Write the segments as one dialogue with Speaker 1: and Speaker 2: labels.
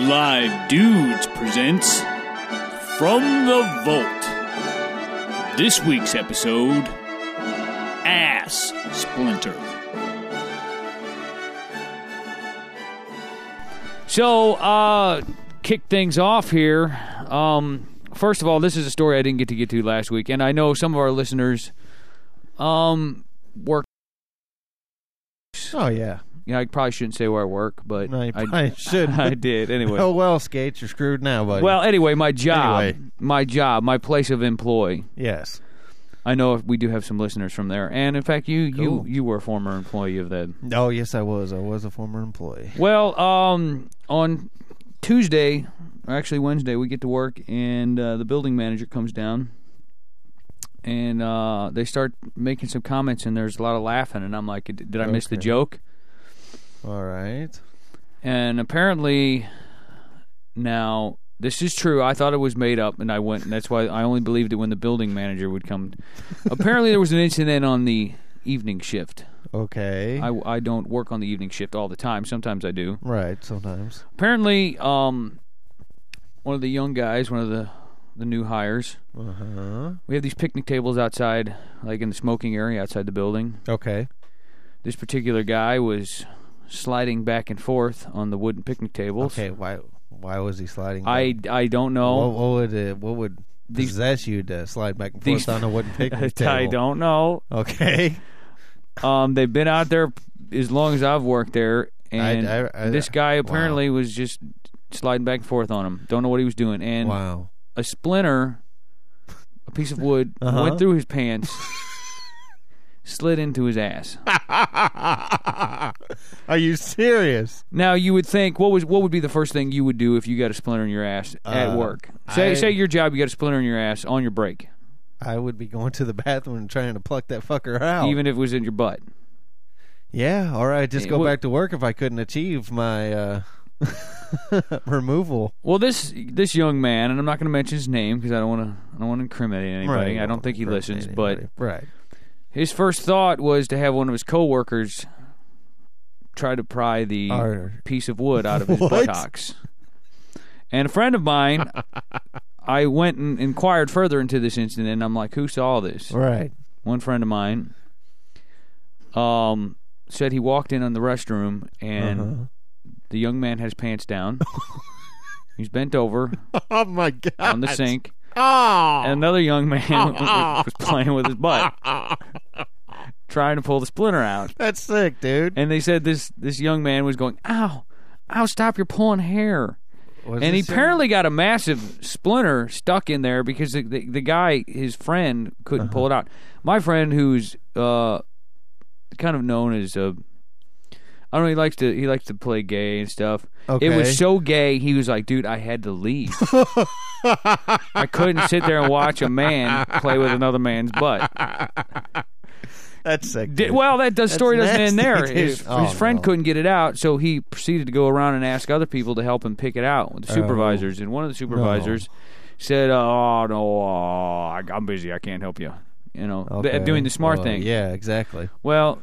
Speaker 1: Live Dudes presents From the Vault. This week's episode Ass Splinter.
Speaker 2: So, uh, kick things off here. Um, first of all, this is a story I didn't get to get to last week, and I know some of our listeners, um, work.
Speaker 3: Oh yeah.
Speaker 2: You know, I probably shouldn't say where I work, but
Speaker 3: No, you
Speaker 2: I,
Speaker 3: probably shouldn't.
Speaker 2: I did anyway.
Speaker 3: Oh well, skates, you're screwed now, buddy.
Speaker 2: Well, anyway, my job,
Speaker 3: Anyway.
Speaker 2: my job, my place of employ.
Speaker 3: yes,
Speaker 2: I know we do have some listeners from there, and in fact, you you
Speaker 3: Cool.
Speaker 2: you were a former employee of that.
Speaker 3: oh yes, I was. I was a former employee.
Speaker 2: Well, um, on Tuesday, or actually Wednesday, we get to work, and uh, the building manager comes down, and uh, they start making some comments, and there's a lot of laughing, and I'm like, "Did I miss the
Speaker 3: Okay.
Speaker 2: joke?"
Speaker 3: All right.
Speaker 2: And apparently, now this is true. I thought it was made up, and I went, and that's why I only believed it when the building manager would come. apparently, there was an incident on the evening shift.
Speaker 3: Okay.
Speaker 2: I, I don't work on the evening shift all the time. Sometimes I do.
Speaker 3: right. Sometimes.
Speaker 2: apparently um one of the young guys one of the the new hires
Speaker 3: Uh huh.
Speaker 2: we have these picnic tables outside like in the smoking area outside the building
Speaker 3: Okay.
Speaker 2: this particular guy was sliding back and forth on the wooden picnic tables
Speaker 3: Okay. Why? Why was he sliding?
Speaker 2: i
Speaker 3: back?
Speaker 2: i don't know
Speaker 3: What, what would it, What would
Speaker 2: These-
Speaker 3: possess you to slide back and forth
Speaker 2: these-
Speaker 3: on a wooden picnic table?
Speaker 2: i don't know
Speaker 3: Okay.
Speaker 2: um they've been out there as long as i've worked there and
Speaker 3: I- I-
Speaker 2: this guy apparently was just sliding back and forth on him don't know what he was doing and
Speaker 3: wow.
Speaker 2: a splinter, a piece of wood,
Speaker 3: Uh-huh.
Speaker 2: went through his pants, slid into his ass.
Speaker 3: Are you serious?
Speaker 2: Now you would think what was what would be the first thing you would do if you got a splinter in your ass at
Speaker 3: Uh,
Speaker 2: work? Say
Speaker 3: I-
Speaker 2: say your job, you got a splinter in your ass on your break,
Speaker 3: I would be going to the bathroom and trying to pluck that fucker out.
Speaker 2: even if it was in your butt.
Speaker 3: Yeah, all right. Just
Speaker 2: It
Speaker 3: go
Speaker 2: would-
Speaker 3: back to work if I couldn't achieve my uh, removal.
Speaker 2: Well, this this young man, and I'm not going to mention his name because I don't want to I don't want to incriminate anybody. I don't think he listens, but
Speaker 3: right.
Speaker 2: his first thought was to have one of his coworkers try to pry the
Speaker 3: Arr.
Speaker 2: piece of wood out of his
Speaker 3: What?
Speaker 2: buttocks. And a friend of mine, I went and inquired further into this incident. And I'm like, who saw this?
Speaker 3: Right.
Speaker 2: One friend of mine um, said he walked in on the restroom and the young man had his pants down. He's bent over
Speaker 3: Oh my god.
Speaker 2: on the sink.
Speaker 3: Oh.
Speaker 2: And another young man was playing with his butt, trying to pull the splinter out.
Speaker 3: That's sick, dude.
Speaker 2: and they said this this young man was going, "Ow, ow, stop! You're pulling hair."
Speaker 3: Was
Speaker 2: and he
Speaker 3: this your-
Speaker 2: apparently got a massive splinter stuck in there because the the, the guy, his friend, couldn't pull it out. My friend, who's uh, kind of known as a, I don't know, he likes to he likes to play gay and stuff. It
Speaker 3: Okay.
Speaker 2: was so gay, he was like, "Dude, I had to leave. I couldn't sit there and watch a man play with another man's butt."
Speaker 3: That's sick.
Speaker 2: Did,
Speaker 3: dude.
Speaker 2: well, that does, story doesn't end
Speaker 3: nasty,
Speaker 2: there.
Speaker 3: dude.
Speaker 2: His,
Speaker 3: Oh,
Speaker 2: his friend
Speaker 3: no.
Speaker 2: couldn't get it out, so he proceeded to go around and ask other people to help him pick it out.
Speaker 3: Oh.
Speaker 2: The supervisors, and one of the supervisors said, "Oh no, oh, I, I'm busy. I can't help you." You know, th-
Speaker 3: Okay.
Speaker 2: doing the smart
Speaker 3: Well,
Speaker 2: thing.
Speaker 3: Yeah, exactly.
Speaker 2: Well,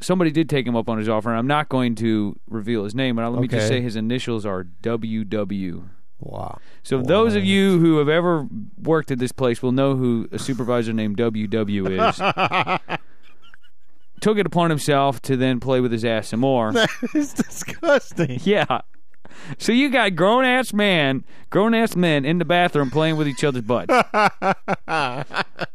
Speaker 2: somebody did take him up on his offer, and I'm not going to reveal his name, but let me just
Speaker 3: Okay.
Speaker 2: say his initials are WW.
Speaker 3: Wow.
Speaker 2: So those of you who have ever worked at this place will know who a supervisor named WW is. Took it upon himself to then play with his ass some more.
Speaker 3: it's disgusting.
Speaker 2: yeah. So you got grown ass man, grown ass men in the bathroom playing with each other's butts.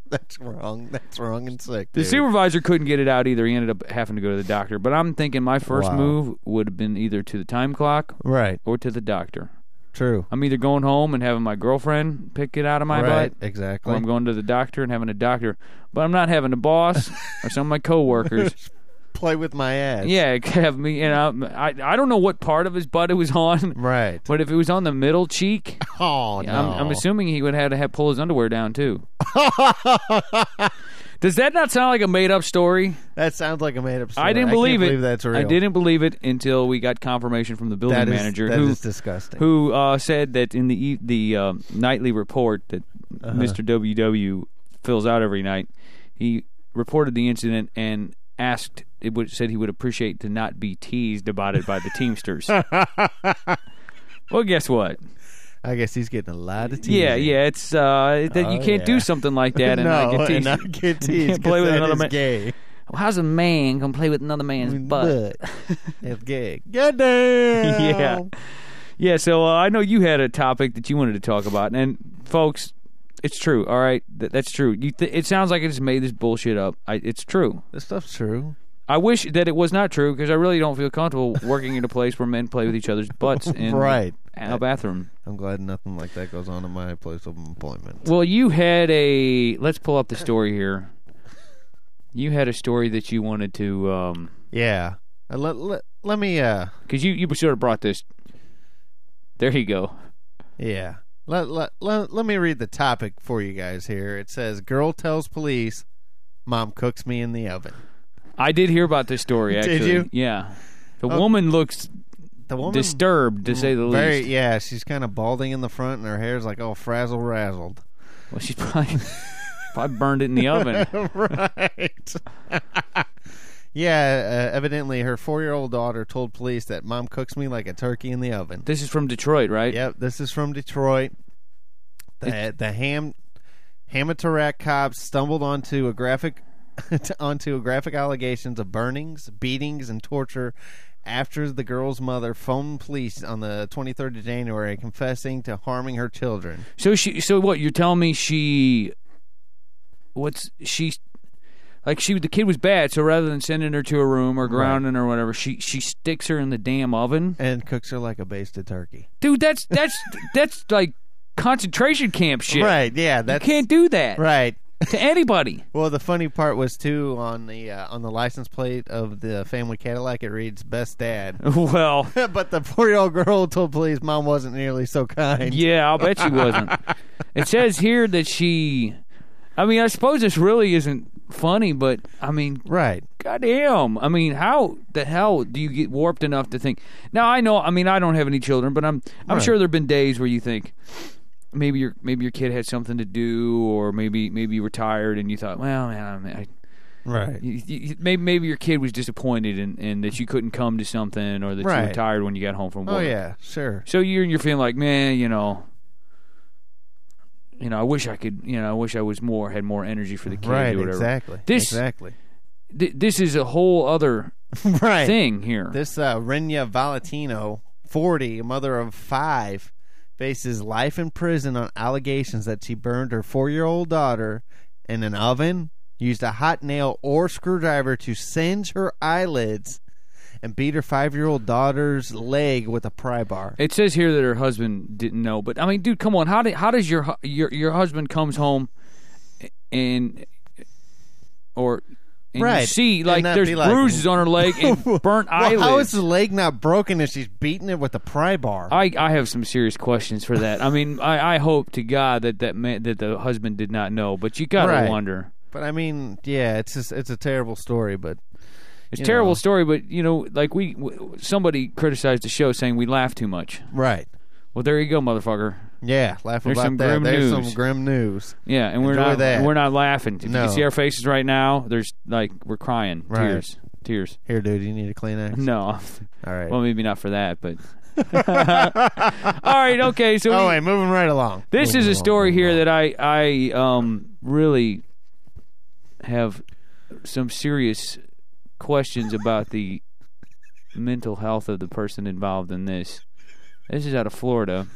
Speaker 3: That's wrong. That's wrong and sick.
Speaker 2: The
Speaker 3: dude.
Speaker 2: supervisor couldn't get it out either. He ended up having to go to the doctor. But I'm thinking my first
Speaker 3: Wow.
Speaker 2: move would have been either to the time clock
Speaker 3: Right.
Speaker 2: or to the doctor.
Speaker 3: True.
Speaker 2: I'm either going home and having my girlfriend pick it out of my butt
Speaker 3: right.
Speaker 2: or
Speaker 3: Exactly.
Speaker 2: I'm going to the doctor and having a doctor, but I'm not having a boss or some of my coworkers.
Speaker 3: Play with my ass.
Speaker 2: yeah, it could have me. You know, I I don't know what part of his butt it was on,
Speaker 3: Right.
Speaker 2: but if it was on the middle cheek,
Speaker 3: Oh no.
Speaker 2: I'm, I'm assuming he would have to have pull his underwear down too. Does that not sound like a made up story?
Speaker 3: That sounds like a made up story.
Speaker 2: I didn't
Speaker 3: can't
Speaker 2: believe it.
Speaker 3: that's real.
Speaker 2: I didn't believe it until we got confirmation from the building
Speaker 3: That is-
Speaker 2: manager
Speaker 3: that
Speaker 2: who
Speaker 3: is disgusting.
Speaker 2: who uh, said that in the e- the uh, nightly report that
Speaker 3: Uh-huh.
Speaker 2: Mr. WW fills out every night, he reported the incident and asked it would said he would appreciate to not be teased about it by the Teamsters. Well, guess what?
Speaker 3: I guess he's getting a lot of teasing.
Speaker 2: Yeah, yeah. It's uh, that you
Speaker 3: Oh,
Speaker 2: can't
Speaker 3: yeah.
Speaker 2: do something like that and not
Speaker 3: no,
Speaker 2: get teased.
Speaker 3: and not get
Speaker 2: You can't
Speaker 3: teased.
Speaker 2: play
Speaker 3: 'cause
Speaker 2: with
Speaker 3: that
Speaker 2: another
Speaker 3: is
Speaker 2: man.
Speaker 3: Gay.
Speaker 2: Well, how's a man gonna play with another man's butt?
Speaker 3: it's gay. God damn.
Speaker 2: Yeah. Yeah, so uh, I know you had a topic that you wanted to talk about, and folks, it's true. All right, Th- that's true. You th- it sounds like I just made this bullshit up. I, it's true.
Speaker 3: This stuff's true.
Speaker 2: I wish that it was not true because I really don't feel comfortable working in a place where men play with each other's butts in
Speaker 3: Right.
Speaker 2: a bathroom.
Speaker 3: I'm glad nothing like that goes on in my place of employment.
Speaker 2: Well, you had a. Let's pull up the story here. You had a story that you wanted to, um,
Speaker 3: Yeah. Uh, let, let, let me, uh,
Speaker 2: because you you sort of brought this. There you go.
Speaker 3: yeah. Let, let, let, let me read the topic for you guys here. It says Girl tells police, Mom cooks me in the oven.
Speaker 2: I did hear about this story.
Speaker 3: Did
Speaker 2: Actually,
Speaker 3: you?
Speaker 2: Yeah. The
Speaker 3: Oh.
Speaker 2: woman looks
Speaker 3: The woman.
Speaker 2: disturbed, to say the
Speaker 3: very,
Speaker 2: least.
Speaker 3: Yeah, she's kind of balding in the front and her hair's like all frazzle razzled.
Speaker 2: Well, she's probably probably burned it in the oven.
Speaker 3: right. yeah, uh, evidently her four year old daughter told police that mom cooks me like a turkey in the oven.
Speaker 2: This is from Detroit, right?
Speaker 3: Yep, this is from Detroit. The, the ham Hamatarack cops stumbled onto a graphic onto a graphic allegations of burnings, beatings, and torture after the girl's mother phoned police on the 23rd of January confessing to harming her children.
Speaker 2: So she, so what? You're telling me she, what's she, like she the kid was bad. So rather than sending her to a room or grounding her or whatever, she she sticks her in the damn oven,
Speaker 3: And cooks her like a basted turkey.
Speaker 2: dude. That's that's that's like concentration camp shit.
Speaker 3: Right, yeah,
Speaker 2: You
Speaker 3: that's
Speaker 2: can't do that
Speaker 3: right.
Speaker 2: to anybody.
Speaker 3: Well, the funny part was too on the uh, on the license plate of the family Cadillac. It reads "Best Dad,"
Speaker 2: well,
Speaker 3: but the four year old girl told police mom wasn't nearly so kind.
Speaker 2: Yeah, I'll bet she wasn't. it says here that she. I mean, I suppose this really isn't funny, but I mean,
Speaker 3: Right.
Speaker 2: goddamn. I mean, how the hell do you get warped enough to think? Now, I know. I mean, I don't have any children, but I'm I'm
Speaker 3: Right.
Speaker 2: sure there've been days where you think maybe your maybe your kid had something to do, or maybe maybe you were tired and you thought, well, man, I,
Speaker 3: Right.
Speaker 2: you, you, maybe maybe your kid was disappointed and and that you couldn't come to something, or that you were
Speaker 3: Right.
Speaker 2: tired when you got home from work.
Speaker 3: Oh yeah, sure.
Speaker 2: So you're you're feeling like, man, you know, you know, I wish I could, you know, I wish I was more had more energy for the kids
Speaker 3: Right,
Speaker 2: or whatever.
Speaker 3: exactly.
Speaker 2: This-
Speaker 3: exactly.
Speaker 2: Th- this is a whole other
Speaker 3: right.
Speaker 2: thing here.
Speaker 3: This uh, Renya Valentino, 40, a mother of 5, faces life in prison on allegations that she burned her 4-year-old daughter in an oven, used a hot nail or screwdriver to singe her eyelids, and beat her 5-year-old daughter's leg with a pry bar.
Speaker 2: it says here that her husband didn't know, but I mean, dude, come on, how did how does your hu- your your husband comes home and or and you
Speaker 3: Right.
Speaker 2: see
Speaker 3: And
Speaker 2: like
Speaker 3: not
Speaker 2: there's
Speaker 3: be like-
Speaker 2: bruises on her leg and burnt
Speaker 3: Well,
Speaker 2: eyelids. Uh,
Speaker 3: how is the leg not broken if she's beating it with a pry bar?
Speaker 2: I, I have some serious questions for that. I mean, I, I hope to God that that man, that the husband did not know, but you gotta
Speaker 3: Right.
Speaker 2: wonder.
Speaker 3: but I mean, yeah, it's just, it's a terrible story, but
Speaker 2: It's a
Speaker 3: you
Speaker 2: terrible
Speaker 3: know.
Speaker 2: story, but you know, like we w- somebody criticized the show saying we laugh too much.
Speaker 3: right.
Speaker 2: Well, there you go, motherfucker.
Speaker 3: Yeah, laugh
Speaker 2: There's
Speaker 3: about
Speaker 2: some
Speaker 3: that.
Speaker 2: grim
Speaker 3: There's
Speaker 2: news.
Speaker 3: some grim news.
Speaker 2: Yeah, and we're
Speaker 3: Enjoy
Speaker 2: not
Speaker 3: that.
Speaker 2: we're not laughing. If you
Speaker 3: No.
Speaker 2: can see our faces right now, there's like we're crying,
Speaker 3: Right.
Speaker 2: tears, tears.
Speaker 3: Here, dude, you need a Kleenex.
Speaker 2: No,
Speaker 3: All right.
Speaker 2: well, maybe not for that, but. All right, okay. So
Speaker 3: oh
Speaker 2: we-
Speaker 3: wait, moving right along.
Speaker 2: this
Speaker 3: Moving
Speaker 2: is a
Speaker 3: along,
Speaker 2: story
Speaker 3: moving
Speaker 2: here
Speaker 3: along.
Speaker 2: that I I um really have some serious questions about the mental health of the person involved in this. This is out of Florida.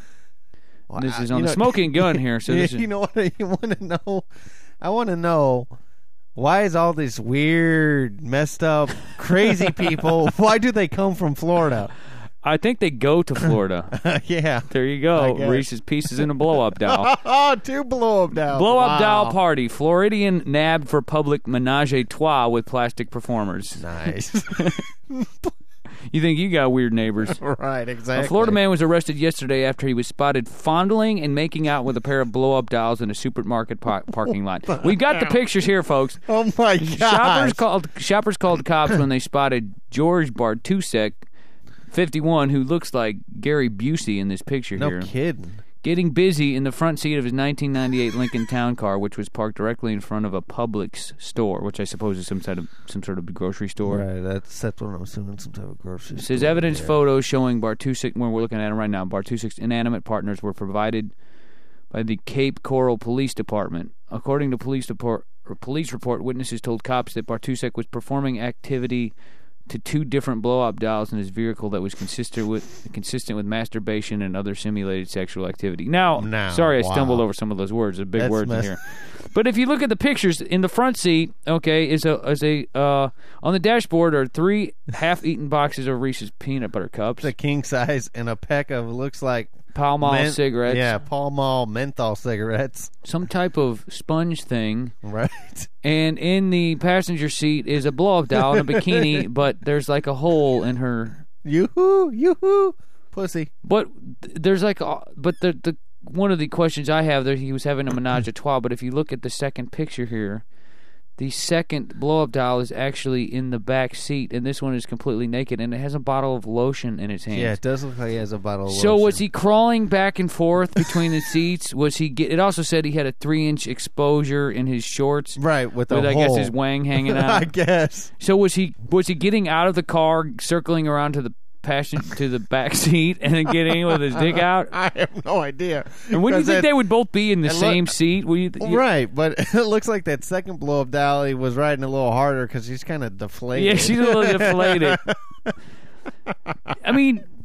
Speaker 3: Well,
Speaker 2: This
Speaker 3: I-
Speaker 2: is on
Speaker 3: Uh, you
Speaker 2: the
Speaker 3: know-
Speaker 2: smoking gun here. So
Speaker 3: Yeah,
Speaker 2: this is,
Speaker 3: you know what? You want to know? I want to know why is all this weird, messed up, crazy people? why do they come from Florida?
Speaker 2: I think they go to Florida.
Speaker 3: yeah.
Speaker 2: there you
Speaker 3: I
Speaker 2: go.
Speaker 3: guess.
Speaker 2: Reese's pieces in a blow up doll.
Speaker 3: Oh, two blow up down.
Speaker 2: Blow up doll
Speaker 3: Oh, Wow.
Speaker 2: party. Floridian nab for public menage a trois with plastic performers.
Speaker 3: Nice.
Speaker 2: You think you got weird neighbors?
Speaker 3: right. Exactly.
Speaker 2: A Florida man was arrested yesterday after he was spotted fondling and making out with a pair of blow up dolls in a supermarket pa- parking lot. We've got the pictures here, folks.
Speaker 3: Oh my
Speaker 2: Shoppers
Speaker 3: god.
Speaker 2: called shoppers called cops when they spotted George Bartusek, 51, who looks like Gary Busey in this picture
Speaker 3: No
Speaker 2: here.
Speaker 3: kidding.
Speaker 2: getting busy in the front seat of his 1998 Lincoln Town Car, which was parked directly in front of a Publix store, which I suppose is some sort of some sort of grocery store.
Speaker 3: Right, that's that's what I'm assuming. Some type of grocery.
Speaker 2: It says
Speaker 3: store
Speaker 2: evidence
Speaker 3: there.
Speaker 2: photos showing Bartusic, where we're looking at him right now, Bartusik's inanimate partners were provided by the Cape Coral Police Department. According to police report, or police report, witnesses told cops that Bartusik was performing activity to two different blow-up dolls in his vehicle that was consistent with consistent with masturbation and other simulated sexual activity. Now,
Speaker 3: Now,
Speaker 2: sorry, I stumbled
Speaker 3: wow.
Speaker 2: over some of those words. They're big
Speaker 3: That's
Speaker 2: words in
Speaker 3: mess-
Speaker 2: here. But if you look at the pictures in the front seat, okay, is a is a uh, on the dashboard are three half-eaten boxes of Reese's peanut butter cups,
Speaker 3: It's a king size and a pack of looks like
Speaker 2: Pall Mall
Speaker 3: men-
Speaker 2: cigarettes,
Speaker 3: Yeah, Pall Mall menthol cigarettes.
Speaker 2: some type of sponge thing,
Speaker 3: Right.
Speaker 2: and in the passenger seat is a blow-up doll in a bikini, but there's like a hole in her.
Speaker 3: yoo-hoo, yoo-hoo, pussy.
Speaker 2: But th- there's like, a, but the the one of the questions I have there, he was having a menage a trois. But if you look at the second picture here. The second blow-up doll is actually in the back seat, and this one is completely naked, and it has a bottle of lotion in its hand.
Speaker 3: Yeah, it does look like he has a bottle. Of
Speaker 2: So
Speaker 3: lotion.
Speaker 2: was he crawling back and forth between the seats? Was he? Get, it also said he had a three-inch exposure in his shorts,
Speaker 3: right with,
Speaker 2: with
Speaker 3: a
Speaker 2: I guess
Speaker 3: hole.
Speaker 2: his wang hanging
Speaker 3: I
Speaker 2: out.
Speaker 3: guess.
Speaker 2: so was he? Was he getting out of the car, circling around to the passion to the back seat, and then getting in with his dick out?
Speaker 3: I have no idea.
Speaker 2: And wouldn't you
Speaker 3: 'Cause
Speaker 2: think
Speaker 3: that-
Speaker 2: they would both be in the
Speaker 3: and look-
Speaker 2: same seat? Would you, you-
Speaker 3: Right, but it looks like that second blow up Dolly was riding a little harder because she's kind of deflated.
Speaker 2: yeah, she's a little deflated. I mean,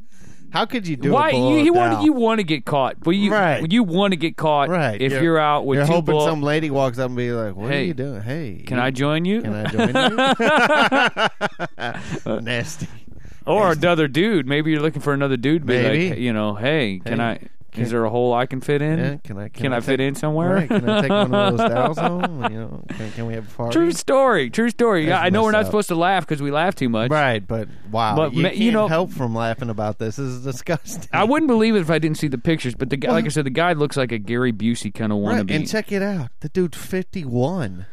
Speaker 3: How could you do
Speaker 2: why
Speaker 3: a blow
Speaker 2: you,
Speaker 3: up
Speaker 2: you want
Speaker 3: doll?
Speaker 2: you want to get caught, but you
Speaker 3: Right.
Speaker 2: you want to get caught
Speaker 3: Right,
Speaker 2: if you're,
Speaker 3: you're-
Speaker 2: out with
Speaker 3: You're
Speaker 2: two
Speaker 3: hoping
Speaker 2: blow-
Speaker 3: some lady walks up and be like, "What
Speaker 2: Hey,
Speaker 3: are you doing? Hey,
Speaker 2: Can
Speaker 3: you-
Speaker 2: I join you?
Speaker 3: Can I join you? Nasty.
Speaker 2: Or another dude. Maybe you're looking for another dude. Be
Speaker 3: Maybe.
Speaker 2: like, you know, hey, can
Speaker 3: Hey,
Speaker 2: I? is there a hole I can fit in?
Speaker 3: Yeah, can I? Can,
Speaker 2: can, I,
Speaker 3: take-
Speaker 2: fit in somewhere?
Speaker 3: Right, can I take one of those dolls home? You know, can, can we have a party?
Speaker 2: True story. True story.
Speaker 3: That's
Speaker 2: I know we're not
Speaker 3: messed up.
Speaker 2: supposed to laugh because we laugh too much.
Speaker 3: Right, but wow,
Speaker 2: But
Speaker 3: you
Speaker 2: ma-
Speaker 3: can't
Speaker 2: you know-
Speaker 3: help from laughing about this. This is disgusting.
Speaker 2: I wouldn't believe it if I didn't see the pictures. But the guy, like I said, the guy looks like a Gary Busey kind of
Speaker 3: right,
Speaker 2: wannabe.
Speaker 3: and check it out. The dude, fifty-one.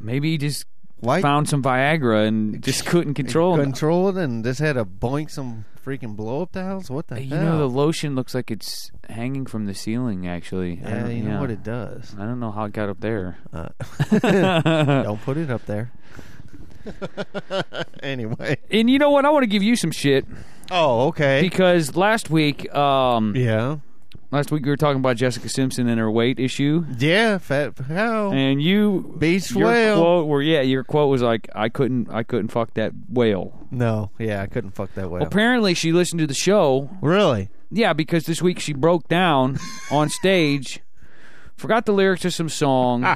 Speaker 2: Maybe he just
Speaker 3: Why
Speaker 2: found some Viagra and just couldn't control him.
Speaker 3: control it and just had to boink some freaking blow up dolls? What the
Speaker 2: You
Speaker 3: hell?
Speaker 2: know, the lotion looks like it's hanging from the ceiling. Actually, I
Speaker 3: yeah,
Speaker 2: don't-
Speaker 3: you know
Speaker 2: yeah.
Speaker 3: what it does.
Speaker 2: I don't know how it got up there.
Speaker 3: Uh, don't put it up there. anyway.
Speaker 2: And you know what? I want to give you some shit.
Speaker 3: Oh, okay.
Speaker 2: because last week, um,
Speaker 3: Yeah.
Speaker 2: last week we were talking about Jessica Simpson and her weight issue,
Speaker 3: Yeah, fat hell.
Speaker 2: and you
Speaker 3: Beach
Speaker 2: your
Speaker 3: Oh. whale.
Speaker 2: quote were yeah, your quote was like, I couldn't, I couldn't fuck that whale.
Speaker 3: No, yeah, I couldn't fuck that way. up.
Speaker 2: Apparently, she listened to the show,
Speaker 3: really?
Speaker 2: yeah, because this week she broke down on stage. Forgot the lyrics to some songs.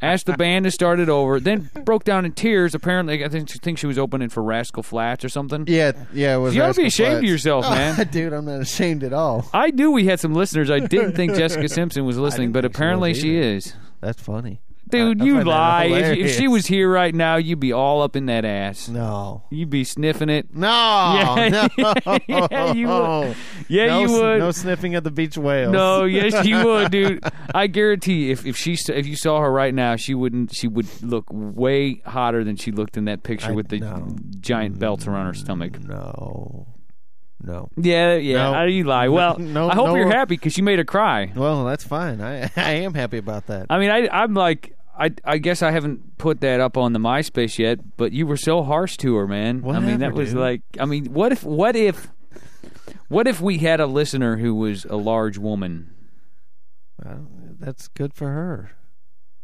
Speaker 2: asked the band to start it over. Then broke down in tears. Apparently, I think, think she was opening for Rascal Flats or something.
Speaker 3: Yeah, yeah, it was
Speaker 2: You ought to be ashamed
Speaker 3: Rascal
Speaker 2: of
Speaker 3: Flatts. Oh.
Speaker 2: yourself, man.
Speaker 3: Dude, I'm not ashamed at all.
Speaker 2: I knew we had some listeners. I didn't think Jessica Simpson was listening,
Speaker 3: didn't
Speaker 2: but
Speaker 3: think she was
Speaker 2: apparently she
Speaker 3: either.
Speaker 2: is.
Speaker 3: That's funny.
Speaker 2: Dude,
Speaker 3: I- I
Speaker 2: you
Speaker 3: find that
Speaker 2: lie. If, if she
Speaker 3: hilarious.
Speaker 2: was here right now, you'd be all up in that ass.
Speaker 3: No.
Speaker 2: You'd be sniffing it.
Speaker 3: No.
Speaker 2: Yeah,
Speaker 3: no.
Speaker 2: yeah, you would. Yeah,
Speaker 3: no,
Speaker 2: you
Speaker 3: s-
Speaker 2: would.
Speaker 3: No sniffing of the beach whales.
Speaker 2: No, yes, you would, dude. I guarantee you, if if she s- if you saw her right now, she wouldn't. She would look way hotter than she looked in that picture
Speaker 3: I-
Speaker 2: with the
Speaker 3: no.
Speaker 2: giant belts around her stomach.
Speaker 3: No. No.
Speaker 2: Yeah, yeah.
Speaker 3: No.
Speaker 2: I you lie? Well,
Speaker 3: No,
Speaker 2: I hope
Speaker 3: no.
Speaker 2: you're happy because you made her cry.
Speaker 3: Well, that's fine. I I am happy about that.
Speaker 2: I mean, I I'm like. I, I guess I haven't put that up on the MySpace yet, but you were so harsh to her, man. I mean, that
Speaker 3: Whatever,
Speaker 2: was
Speaker 3: dude.
Speaker 2: like, I mean, what if, what if, what if we had a listener who was a large woman,
Speaker 3: I don't- that's good for her.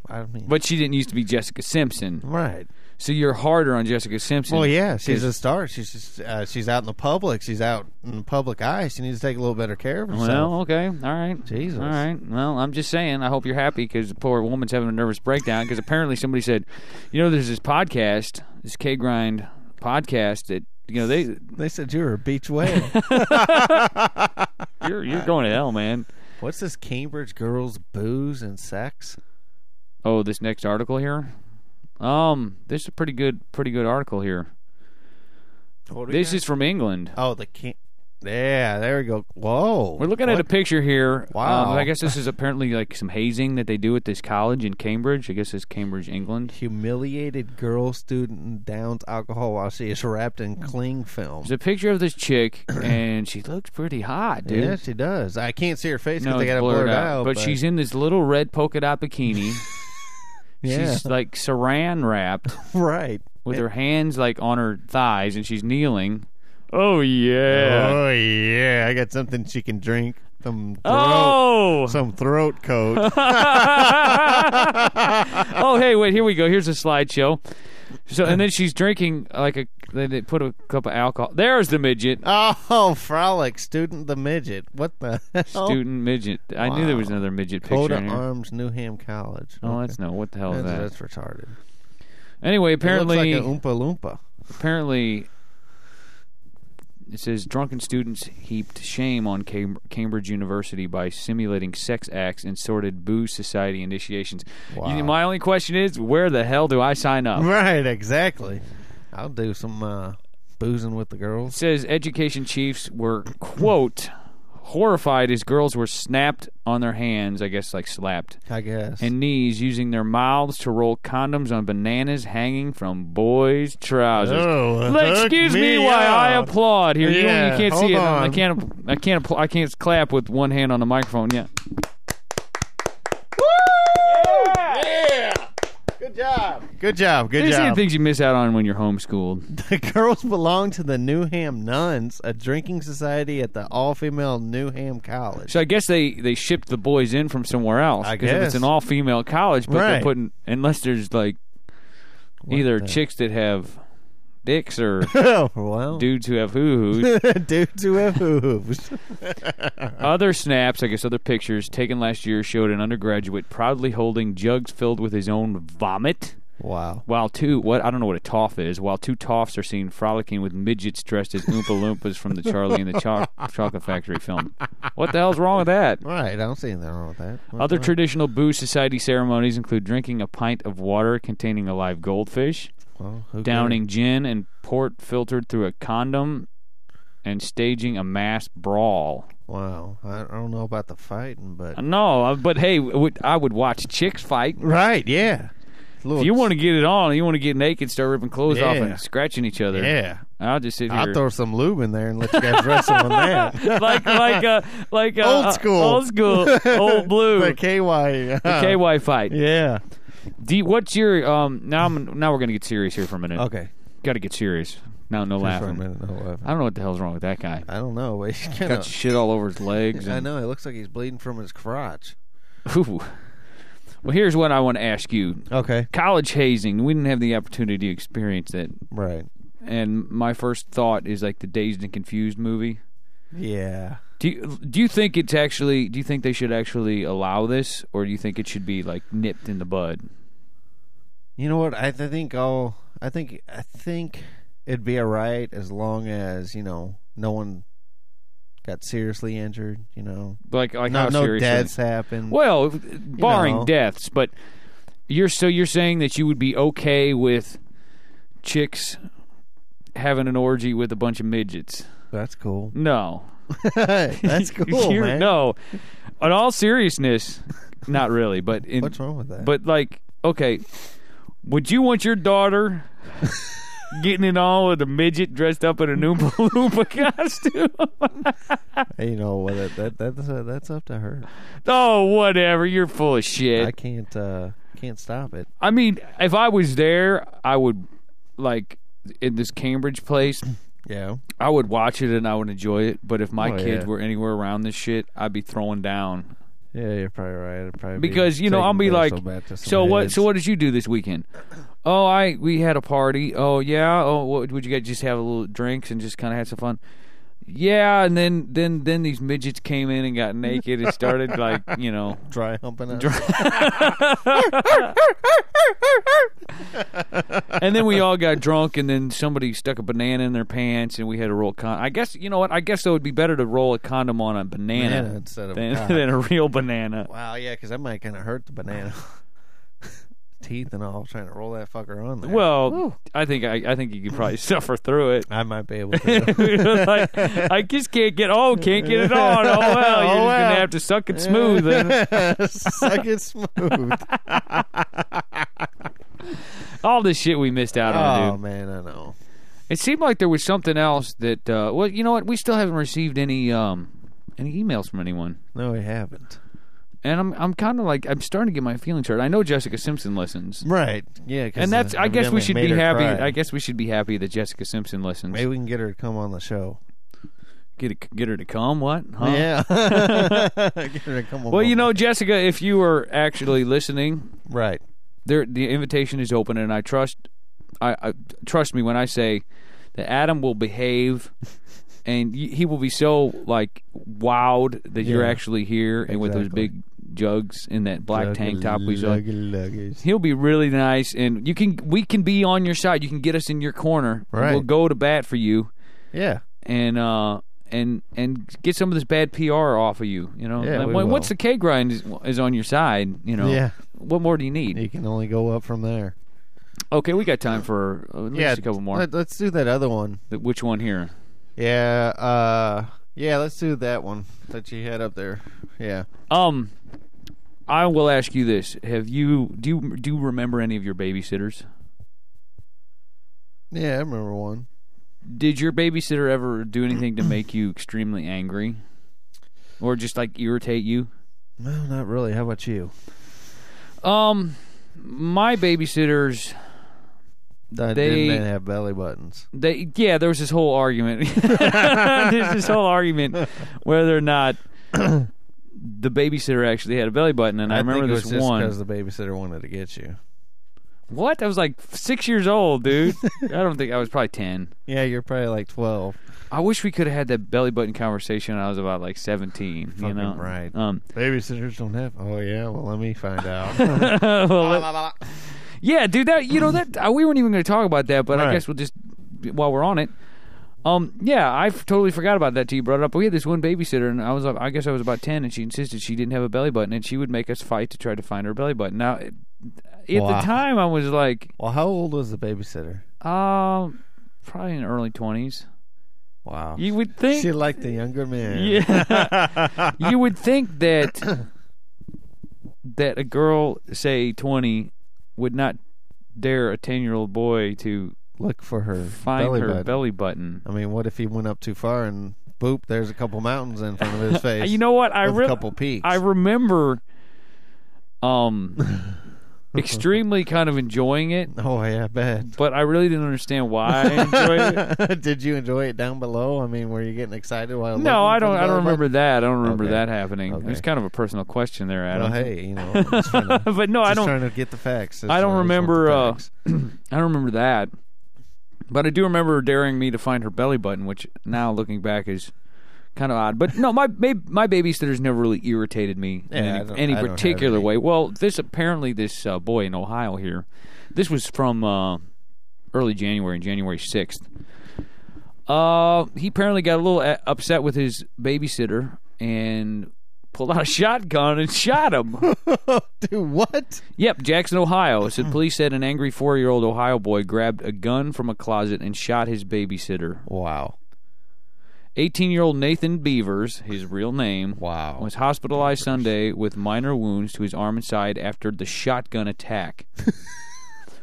Speaker 3: I mean,
Speaker 2: but she didn't used to be Jessica Simpson?
Speaker 3: right?
Speaker 2: So you're harder on Jessica Simpson.
Speaker 3: Well, yeah, she's a star. She's just, uh, she's out in the public. She's out in the public eye. She needs to take a little better care of herself.
Speaker 2: Well, okay, all right,
Speaker 3: Jesus.
Speaker 2: all right. Well, I'm just saying. I hope you're happy because the poor woman's having a nervous breakdown because apparently somebody said, you know, there's this podcast, this K Grind podcast that you know they
Speaker 3: They said you were a beach whale.
Speaker 2: you're you're going to hell, man.
Speaker 3: What's this Cambridge girls booze and sex?
Speaker 2: Oh, this next article here. Um, this is a pretty good, pretty good article here. This is from England.
Speaker 3: oh the Cam- Yeah, there we go. Whoa.
Speaker 2: We're looking at a
Speaker 3: What?
Speaker 2: picture here.
Speaker 3: Wow.
Speaker 2: Um, I guess this is apparently like some hazing that they do at this college in Cambridge. I guess it's Cambridge, England.
Speaker 3: humiliated girl student downs alcohol while she is wrapped
Speaker 2: Mm.
Speaker 3: in cling film.
Speaker 2: There's a picture of this chick, and she looks pretty hot, dude.
Speaker 3: Yeah, she does. I can't see her face because
Speaker 2: No,
Speaker 3: they
Speaker 2: it's
Speaker 3: got to
Speaker 2: blurred
Speaker 3: blur it
Speaker 2: out.
Speaker 3: out.
Speaker 2: but, she's in this little red polka dot bikini.
Speaker 3: yeah,
Speaker 2: She's like saran wrapped
Speaker 3: right.
Speaker 2: with her hands like on her thighs, and she's kneeling. Oh yeah.
Speaker 3: Oh yeah, I got something she can drink. Some throat,
Speaker 2: Oh.
Speaker 3: some throat coat.
Speaker 2: oh hey, wait. Here we go. Here's a slideshow. So and then she's drinking like a. They they put a cup of alcohol. There's the midget.
Speaker 3: oh, frolic student the midget. What the hell?
Speaker 2: Student midget. I knew there was another midget picture
Speaker 3: Coda
Speaker 2: in here.
Speaker 3: Arms, Newham College.
Speaker 2: Oh, that's no. What the hell
Speaker 3: that's,
Speaker 2: is that?
Speaker 3: that's retarded.
Speaker 2: Anyway, apparently,
Speaker 3: it looks like an Oompa Loompa.
Speaker 2: apparently, it says drunken students heaped shame on Cam- Cambridge University by simulating sex acts and sorted booze society initiations.
Speaker 3: Wow.
Speaker 2: You- my only question is, where the hell do I sign up?
Speaker 3: Right, exactly. I'll do some uh, boozing with the
Speaker 2: It
Speaker 3: girls.
Speaker 2: says education chiefs were quote horrified as girls were snapped on their hands. I guess like slapped.
Speaker 3: I guess.
Speaker 2: and knees using their mouths to roll condoms on bananas hanging from boys' trousers.
Speaker 3: Oh,
Speaker 2: Like,
Speaker 3: hook
Speaker 2: excuse me,
Speaker 3: me
Speaker 2: while I
Speaker 3: up.
Speaker 2: applaud here. You- you,
Speaker 3: Yeah,
Speaker 2: can't
Speaker 3: hold
Speaker 2: see it. I
Speaker 3: on.
Speaker 2: can't. I can't. Apl- I can't clap with one hand on the microphone. Yeah.
Speaker 3: Yeah. Good job. Good job. Good
Speaker 2: These are the
Speaker 3: job.
Speaker 2: things you miss out on when you're homeschooled.
Speaker 3: The girls belong to the Newham Nuns, a drinking society at the all-female Newham College.
Speaker 2: So I guess they they shipped the boys in from somewhere else.
Speaker 3: I
Speaker 2: 'cause if it's
Speaker 3: guess.
Speaker 2: an all female college, but they're
Speaker 3: Right.
Speaker 2: putting unless there's like either
Speaker 3: the-
Speaker 2: chicks that have dicks or
Speaker 3: Oh, well,
Speaker 2: dudes who have hoo hoos.
Speaker 3: dudes who have hooves.
Speaker 2: Other snaps, I guess other pictures taken last year showed an undergraduate proudly holding jugs filled with his own vomit.
Speaker 3: Wow.
Speaker 2: While two, what I don't know what a toff is. While two toffs are seen frolicking with midgets dressed as Oompa Loompas from the Charlie and the Choc Chocolate Factory film. What the hell's wrong with that?
Speaker 3: Right. I don't see anything wrong with that.
Speaker 2: Other traditional booze society ceremonies include drinking a pint of water containing a live goldfish,
Speaker 3: Well, who
Speaker 2: downing gin and port filtered through a condom, and staging a mass brawl.
Speaker 3: cares? Wow. I I don't know about the fighting, but
Speaker 2: No, uh, but hey, w- would- I would watch chicks fight.
Speaker 3: right. Yeah.
Speaker 2: If you want to get it on, you want to get naked, start ripping clothes off
Speaker 3: Yeah.
Speaker 2: and scratching each other.
Speaker 3: yeah.
Speaker 2: I'll just sit
Speaker 3: I'll
Speaker 2: here.
Speaker 3: throw some lube in there and let you guys wrestle on that.
Speaker 2: like like uh like uh,
Speaker 3: Old school.
Speaker 2: old school, old blue,
Speaker 3: The KY.
Speaker 2: the KY fight.
Speaker 3: Yeah.
Speaker 2: D, what's your um? Now I'm now we're gonna get serious here for a minute.
Speaker 3: Okay.
Speaker 2: Got to get serious. No, no
Speaker 3: Just for a
Speaker 2: laughing.
Speaker 3: minute, no laughing.
Speaker 2: I don't know what the hell's wrong with that guy.
Speaker 3: I don't know. But he's
Speaker 2: Got
Speaker 3: kinda,
Speaker 2: shit all over his legs.
Speaker 3: I
Speaker 2: And,
Speaker 3: know. It looks like he's bleeding from his crotch.
Speaker 2: Ooh. Well, here's what I want to ask you.
Speaker 3: Okay.
Speaker 2: College hazing. We didn't have the opportunity to experience that
Speaker 3: Right.
Speaker 2: and my first thought is like the dazed and confused movie.
Speaker 3: Yeah.
Speaker 2: Do you, do you think it's actually? Do you think they should actually allow this, or do you think it should be like nipped in the bud?
Speaker 3: You know what? I, th- think I'll. I think I think it'd be alright as long as you know no one got seriously injured. You know,
Speaker 2: Like, like
Speaker 3: no
Speaker 2: how
Speaker 3: no
Speaker 2: seriously?
Speaker 3: deaths happened.
Speaker 2: Well, barring
Speaker 3: know.
Speaker 2: deaths, but you're so you're saying that you would be okay with chicks having an orgy with a bunch of midgets?
Speaker 3: That's cool.
Speaker 2: No,
Speaker 3: That's cool,
Speaker 2: You're-
Speaker 3: man.
Speaker 2: No, in all seriousness, not really. But in,
Speaker 3: What's wrong with that?
Speaker 2: But like, okay, would you want your daughter getting it on with a midget dressed up in a Oompa Loompa costume?
Speaker 3: you know what? That, that that's uh, that's up to her.
Speaker 2: oh, whatever. You're full of
Speaker 3: I
Speaker 2: shit.
Speaker 3: can't uh can't stop it.
Speaker 2: I, mean, if I was there, I would like in this Cambridge place.
Speaker 3: Yeah.
Speaker 2: I would watch it and I would enjoy it. But if my
Speaker 3: Oh,
Speaker 2: kids
Speaker 3: yeah.
Speaker 2: were anywhere around this shit, I'd be throwing down
Speaker 3: Yeah, you're probably right. It'd probably be
Speaker 2: because you know
Speaker 3: taking
Speaker 2: I'll be like,
Speaker 3: Bristol back to some
Speaker 2: so what?
Speaker 3: heads.
Speaker 2: So what did you do this weekend? Oh, I we had a party. Oh yeah. Oh, what, would you guys just have a little drinks and just kind of had some fun? Yeah, and then then then these midgets came in and got naked and started like you know.
Speaker 3: dry humping us?
Speaker 2: And then we all got drunk, and then somebody stuck a banana in their pants, and we had to roll con. I guess you know what? I guess it would be better to roll a condom on a banana
Speaker 3: Banana instead of
Speaker 2: than,
Speaker 3: cock.
Speaker 2: than a real banana.
Speaker 3: Wow, yeah, because that might kind of hurt the banana. teeth and all trying to roll that fucker on there.
Speaker 2: Well,
Speaker 3: Whew.
Speaker 2: I think I, I think you could probably suffer through it.
Speaker 3: I might be able to.
Speaker 2: like, I just can't get oh can't get it on. Oh well, you're
Speaker 3: Oh,
Speaker 2: just
Speaker 3: well.
Speaker 2: gonna have to suck it smooth. And
Speaker 3: Suck it smooth.
Speaker 2: all this shit we missed out on,
Speaker 3: oh
Speaker 2: dude.
Speaker 3: man, I know.
Speaker 2: It seemed like there was something else that. Uh, well, you know what? We still haven't received any um any emails from anyone,
Speaker 3: No, we haven't.
Speaker 2: and I'm I'm kind of like I'm starting to get my feelings hurt. I know Jessica Simpson listens,
Speaker 3: Right? Yeah. 'cause,
Speaker 2: and that's
Speaker 3: uh,
Speaker 2: I guess we
Speaker 3: evidently
Speaker 2: should
Speaker 3: made
Speaker 2: be
Speaker 3: her
Speaker 2: happy.
Speaker 3: cry.
Speaker 2: I guess we should be happy that Jessica Simpson listens.
Speaker 3: maybe we can get her to come on the show.
Speaker 2: Get it, get her to come. What? Huh?
Speaker 3: Yeah. get her to come on.
Speaker 2: Well, you know, Jessica, if you are actually listening,
Speaker 3: Right.
Speaker 2: there the invitation is open and I trust I, I trust me when I say that Adam will behave and y- he will be so like wowed that you're
Speaker 3: Yeah.
Speaker 2: actually here and with those
Speaker 3: Exactly.
Speaker 2: big jugs in that black tank top we saw.
Speaker 3: Luggy, luggies.
Speaker 2: He'll be really nice and you can we can be on your side. You can get us in your corner.
Speaker 3: Right.
Speaker 2: We'll go to bat for you
Speaker 3: Yeah.
Speaker 2: and uh and and get some of this bad PR off of you, you know.
Speaker 3: Yeah,
Speaker 2: Like,
Speaker 3: we
Speaker 2: when-
Speaker 3: will.
Speaker 2: once the K grind is, is on your side, you know.
Speaker 3: Yeah.
Speaker 2: What more do you need?
Speaker 3: You can only go up from there.
Speaker 2: Okay, we got time for uh, at least a couple more.
Speaker 3: Let, us do that other one.
Speaker 2: Th- Which one here?
Speaker 3: Yeah. Uh. Yeah. Let's do that one that you had up there. Yeah.
Speaker 2: Um, I will ask you this: Have you do you, do you remember any of your babysitters?
Speaker 3: Yeah. I remember one.
Speaker 2: Did your babysitter ever do anything to make you extremely angry, or just like irritate you?
Speaker 3: No, not really. How about you?
Speaker 2: Um, my babysitters,
Speaker 3: That
Speaker 2: They-
Speaker 3: didn't have belly buttons.
Speaker 2: they yeah, there was this whole argument. There's this whole argument whether or not the babysitter actually had a belly button, and I, remember
Speaker 3: think it
Speaker 2: this
Speaker 3: was just
Speaker 2: one
Speaker 3: because the babysitter wanted to get you.
Speaker 2: What? I was like six years old, dude. I don't think I was probably ten.
Speaker 3: Yeah, you're probably like twelve.
Speaker 2: I wish we could have had that belly button conversation when I was about like seventeen. you
Speaker 3: Fucking
Speaker 2: know,
Speaker 3: right.
Speaker 2: Um,
Speaker 3: Babysitters don't have. Oh yeah. Well, let me find out.
Speaker 2: well, yeah, dude. That you know that uh, we weren't even going to talk about that, but I
Speaker 3: Right.
Speaker 2: guess we'll just while we're on it. Um, yeah, I f- totally forgot about that till you brought it up. We had this one babysitter, and I was, I guess I was about ten, and she insisted she didn't have a belly button, and she would make us fight to try to find her belly button. Now, it, at
Speaker 3: Wow.
Speaker 2: the time, I was like,
Speaker 3: well, how old was the babysitter?
Speaker 2: um, probably in the early twenties.
Speaker 3: Wow.
Speaker 2: You would think
Speaker 3: She liked the younger man.
Speaker 2: Yeah. you would think that that a girl, say twenty, would not dare a ten year old boy to
Speaker 3: Look for her
Speaker 2: find
Speaker 3: belly
Speaker 2: her
Speaker 3: button.
Speaker 2: belly button.
Speaker 3: I mean, what if he went up too far and boop? There's a couple mountains in front of his face.
Speaker 2: You know what? I
Speaker 3: with
Speaker 2: re-
Speaker 3: a couple peaks.
Speaker 2: I remember um extremely kind of enjoying it,
Speaker 3: oh yeah, I bet.
Speaker 2: but I really didn't understand why I enjoyed it.
Speaker 3: Did you enjoy it down below? I mean, were you getting excited while? looking
Speaker 2: No, I
Speaker 3: for
Speaker 2: don't
Speaker 3: the
Speaker 2: I don't
Speaker 3: belly
Speaker 2: remember that. I don't remember
Speaker 3: Okay.
Speaker 2: that happening. It was
Speaker 3: Okay.
Speaker 2: kind of a personal question there,
Speaker 3: button? Well,
Speaker 2: Adam.
Speaker 3: Oh, hey, you know, I'm just trying to,
Speaker 2: but no, I
Speaker 3: just
Speaker 2: don't
Speaker 3: trying to get the facts. That's
Speaker 2: I don't
Speaker 3: why just want
Speaker 2: remember,
Speaker 3: the
Speaker 2: uh,
Speaker 3: facts.
Speaker 2: I don't remember that, but I do remember her daring me to find her belly button, which now looking back is kind of odd. But no, my my, my babysitter's never really irritated me
Speaker 3: Yeah,
Speaker 2: in
Speaker 3: I
Speaker 2: any,
Speaker 3: don't-
Speaker 2: any
Speaker 3: I don't have
Speaker 2: particular
Speaker 3: any.
Speaker 2: way. Well, this apparently this uh, boy in Ohio here, this was from uh, early January, January sixth. Uh, he apparently got a little uh, upset with his babysitter and pulled out a shotgun and shot him.
Speaker 3: Dude, what?
Speaker 2: Yep, Jackson, Ohio. It said police said an angry four-year-old Ohio boy grabbed a gun from a closet and shot his babysitter.
Speaker 3: Wow,
Speaker 2: Eighteen-year-old Nathan Beavers, his real name,
Speaker 3: wow.
Speaker 2: was hospitalized Sunday with minor wounds to his arm and side after the shotgun attack.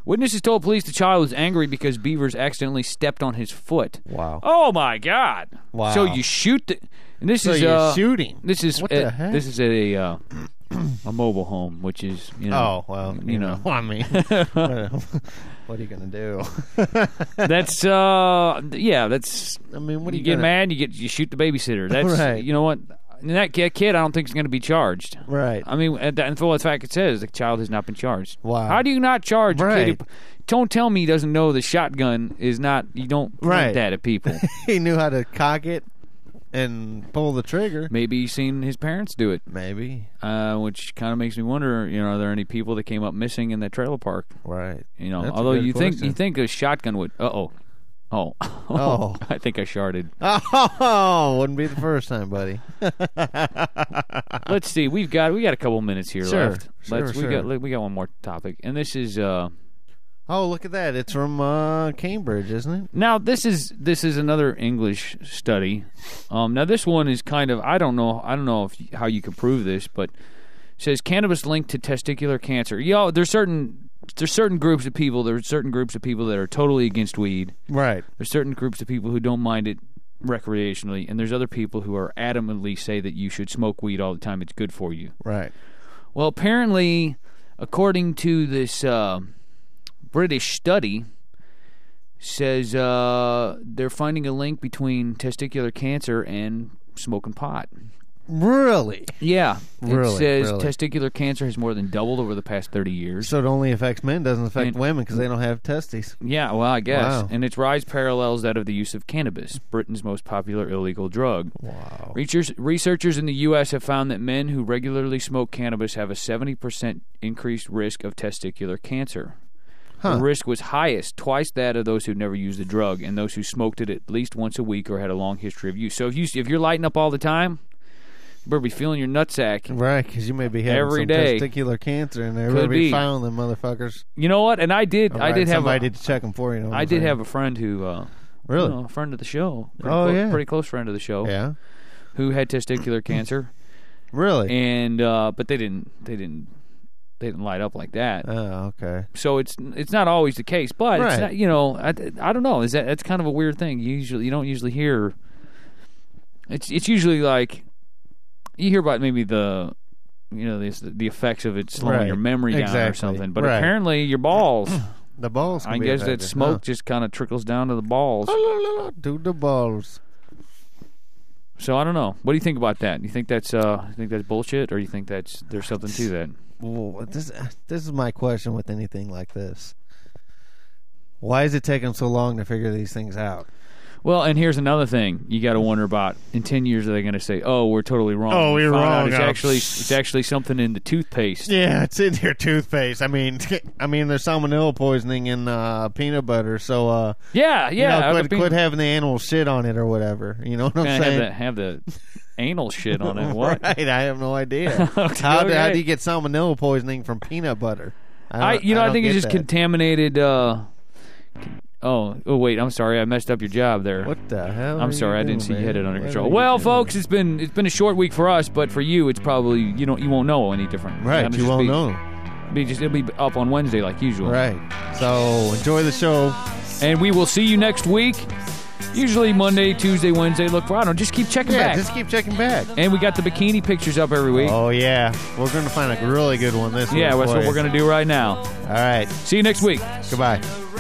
Speaker 2: Witnesses told police the child was angry because Beavers accidentally stepped on his foot.
Speaker 3: Wow.
Speaker 2: Oh my God!
Speaker 3: Wow.
Speaker 2: So you shoot the, and this
Speaker 3: so
Speaker 2: is
Speaker 3: you're
Speaker 2: uh,
Speaker 3: shooting?
Speaker 2: this is
Speaker 3: What
Speaker 2: at,
Speaker 3: the heck?
Speaker 2: this is at a uh, a mobile home, which is you know
Speaker 3: Oh well, you,
Speaker 2: You
Speaker 3: know.
Speaker 2: know.
Speaker 3: I mean, what are you gonna do?
Speaker 2: That's uh, yeah. That's
Speaker 3: I mean, what are
Speaker 2: you
Speaker 3: you,
Speaker 2: get
Speaker 3: gonna,
Speaker 2: mad, you get you shoot the babysitter. That's
Speaker 3: Right.
Speaker 2: you know what. And that ki- kid, I don't think is going to be charged.
Speaker 3: Right.
Speaker 2: I mean, and and for what fact it says the child has not been charged.
Speaker 3: Wow.
Speaker 2: How do you not charge a kid?
Speaker 3: Right.
Speaker 2: who- Don't tell me he doesn't know the shotgun is not. You don't point
Speaker 3: Right.
Speaker 2: that at people.
Speaker 3: he knew how to cock it and pull the trigger.
Speaker 2: Maybe he's seen his parents do it,
Speaker 3: Maybe.
Speaker 2: uh, which kind of makes me wonder. You know, are there any people that came up missing in that trailer park?
Speaker 3: Right.
Speaker 2: You know,
Speaker 3: That's a
Speaker 2: although
Speaker 3: good
Speaker 2: you think you
Speaker 3: question.
Speaker 2: think a shotgun would. Uh oh. Oh.
Speaker 3: Oh.
Speaker 2: I think I sharded.
Speaker 3: Oh, wouldn't be the first time, buddy.
Speaker 2: Let's see. We've got we got a couple minutes here
Speaker 3: Sure,
Speaker 2: left.
Speaker 3: sure,
Speaker 2: Let's we
Speaker 3: sure.
Speaker 2: got we got one more topic. And this is uh
Speaker 3: Oh, look at that. It's from uh, Cambridge, isn't it?
Speaker 2: Now this is this is another English study. Um, now this one is kind of I don't know I don't know if how you can prove this, but it says cannabis linked to testicular cancer. You know, there's certain there's certain groups of people there's certain groups of people that are totally against weed.
Speaker 3: Right.
Speaker 2: There's certain groups of people who don't mind it recreationally, and there's other people who are adamantly say that you should smoke weed all the time. It's good for you.
Speaker 3: Right.
Speaker 2: Well, apparently, according to this uh, British study, says uh, they're finding a link between testicular cancer and smoking pot.
Speaker 3: Really?
Speaker 2: Yeah, it
Speaker 3: Really,
Speaker 2: says
Speaker 3: really.
Speaker 2: testicular cancer has more than doubled over the past thirty years.
Speaker 3: So it only affects men, doesn't affect
Speaker 2: And-
Speaker 3: women because they don't have testes.
Speaker 2: Yeah, well, I guess,
Speaker 3: Wow.
Speaker 2: and its rise parallels that of the use of cannabis, Britain's most popular illegal drug.
Speaker 3: Wow.
Speaker 2: Researchers, researchers in the U.S. have found that men who regularly smoke cannabis have a 70% increased risk of testicular cancer.
Speaker 3: Huh.
Speaker 2: The risk was highest, twice that of those who never used the drug, and those who smoked it at least once a week or had a long history of use. So if you if you're lighting up all the time, you better be feeling your nutsack.
Speaker 3: Right, because you may be having
Speaker 2: Every
Speaker 3: some
Speaker 2: day.
Speaker 3: testicular cancer and they're
Speaker 2: Could
Speaker 3: going
Speaker 2: be.
Speaker 3: be found them motherfuckers.
Speaker 2: You know what? And I did. I
Speaker 3: Alright,
Speaker 2: did have.
Speaker 3: somebody
Speaker 2: A,
Speaker 3: to check them for you. know what
Speaker 2: I
Speaker 3: I'm
Speaker 2: did
Speaker 3: saying?
Speaker 2: have a friend who. Uh, you
Speaker 3: really.
Speaker 2: know, a friend of the show. Pretty
Speaker 3: Oh, yeah.
Speaker 2: Pretty close friend of the show.
Speaker 3: Yeah.
Speaker 2: Who had testicular cancer.
Speaker 3: Really.
Speaker 2: and uh, but they didn't they didn't they didn't light up like that.
Speaker 3: oh, okay.
Speaker 2: So it's it's not always the case, but it's
Speaker 3: Right.
Speaker 2: not, you know I, I don't know is that that's kind of a weird thing. You usually you don't usually hear it's it's usually like you hear about maybe the you know this the effects of it slowing
Speaker 3: Right.
Speaker 2: your memory down or
Speaker 3: Exactly.
Speaker 2: something, but
Speaker 3: Right.
Speaker 2: apparently your balls.
Speaker 3: The balls. Can
Speaker 2: I
Speaker 3: be
Speaker 2: guess that
Speaker 3: affected.
Speaker 2: smoke just kind of trickles down to the balls.
Speaker 3: Huh. Do the balls.
Speaker 2: So I don't know. What do you think about that? You think that's uh, you think that's bullshit, or you think that's there's something to that?
Speaker 3: Well, this this is my question with anything like this. Why is it taking them so long to figure these things out?
Speaker 2: Well, and here's another thing you got to wonder about. In ten years, are they going to say, "Oh, we're totally wrong"?
Speaker 3: Oh, we were
Speaker 2: found out
Speaker 3: wrong.
Speaker 2: It's
Speaker 3: Oh,
Speaker 2: actually
Speaker 3: pfft.
Speaker 2: it's actually something in the toothpaste.
Speaker 3: Yeah, it's in your toothpaste. I mean, I mean, there's salmonella poisoning in uh, peanut butter, so uh,
Speaker 2: Yeah,
Speaker 3: you know,
Speaker 2: yeah.
Speaker 3: quit, quit having the animal shit on it or whatever. You know what I'm
Speaker 2: have,
Speaker 3: saying?
Speaker 2: the have the anal shit on it. What?
Speaker 3: Right, I have no idea.
Speaker 2: Okay,
Speaker 3: how, do, how
Speaker 2: okay.
Speaker 3: do you get salmonella poisoning from peanut butter?
Speaker 2: I,
Speaker 3: don't-
Speaker 2: you know, I,
Speaker 3: don't
Speaker 2: think it's
Speaker 3: get
Speaker 2: just
Speaker 3: that.
Speaker 2: contaminated. Uh, oh, oh, wait. I'm sorry, I messed up your job there.
Speaker 3: What the hell? are
Speaker 2: I'm sorry, I
Speaker 3: doing,
Speaker 2: didn't see you had it
Speaker 3: man?
Speaker 2: under
Speaker 3: What
Speaker 2: control.
Speaker 3: are you
Speaker 2: Well,
Speaker 3: doing?
Speaker 2: folks, it's been it's been a short week for us, but for you, it's probably you don't you won't know any different.
Speaker 3: right,
Speaker 2: That'll
Speaker 3: you
Speaker 2: just
Speaker 3: won't
Speaker 2: be-
Speaker 3: know.
Speaker 2: Be just it'll be up on Wednesday like usual.
Speaker 3: Right, so enjoy the show.
Speaker 2: and we will see you next week. Usually Monday, Tuesday, Wednesday. Look for I don't know, just keep checking
Speaker 3: Yeah,
Speaker 2: back.
Speaker 3: just keep checking back.
Speaker 2: and we got the bikini pictures up every week.
Speaker 3: Oh yeah, we're gonna find a really good one this week.
Speaker 2: yeah, that's
Speaker 3: for
Speaker 2: what
Speaker 3: you.
Speaker 2: we're gonna do right now.
Speaker 3: All right,
Speaker 2: See you next week.
Speaker 3: goodbye.
Speaker 4: Goodbye.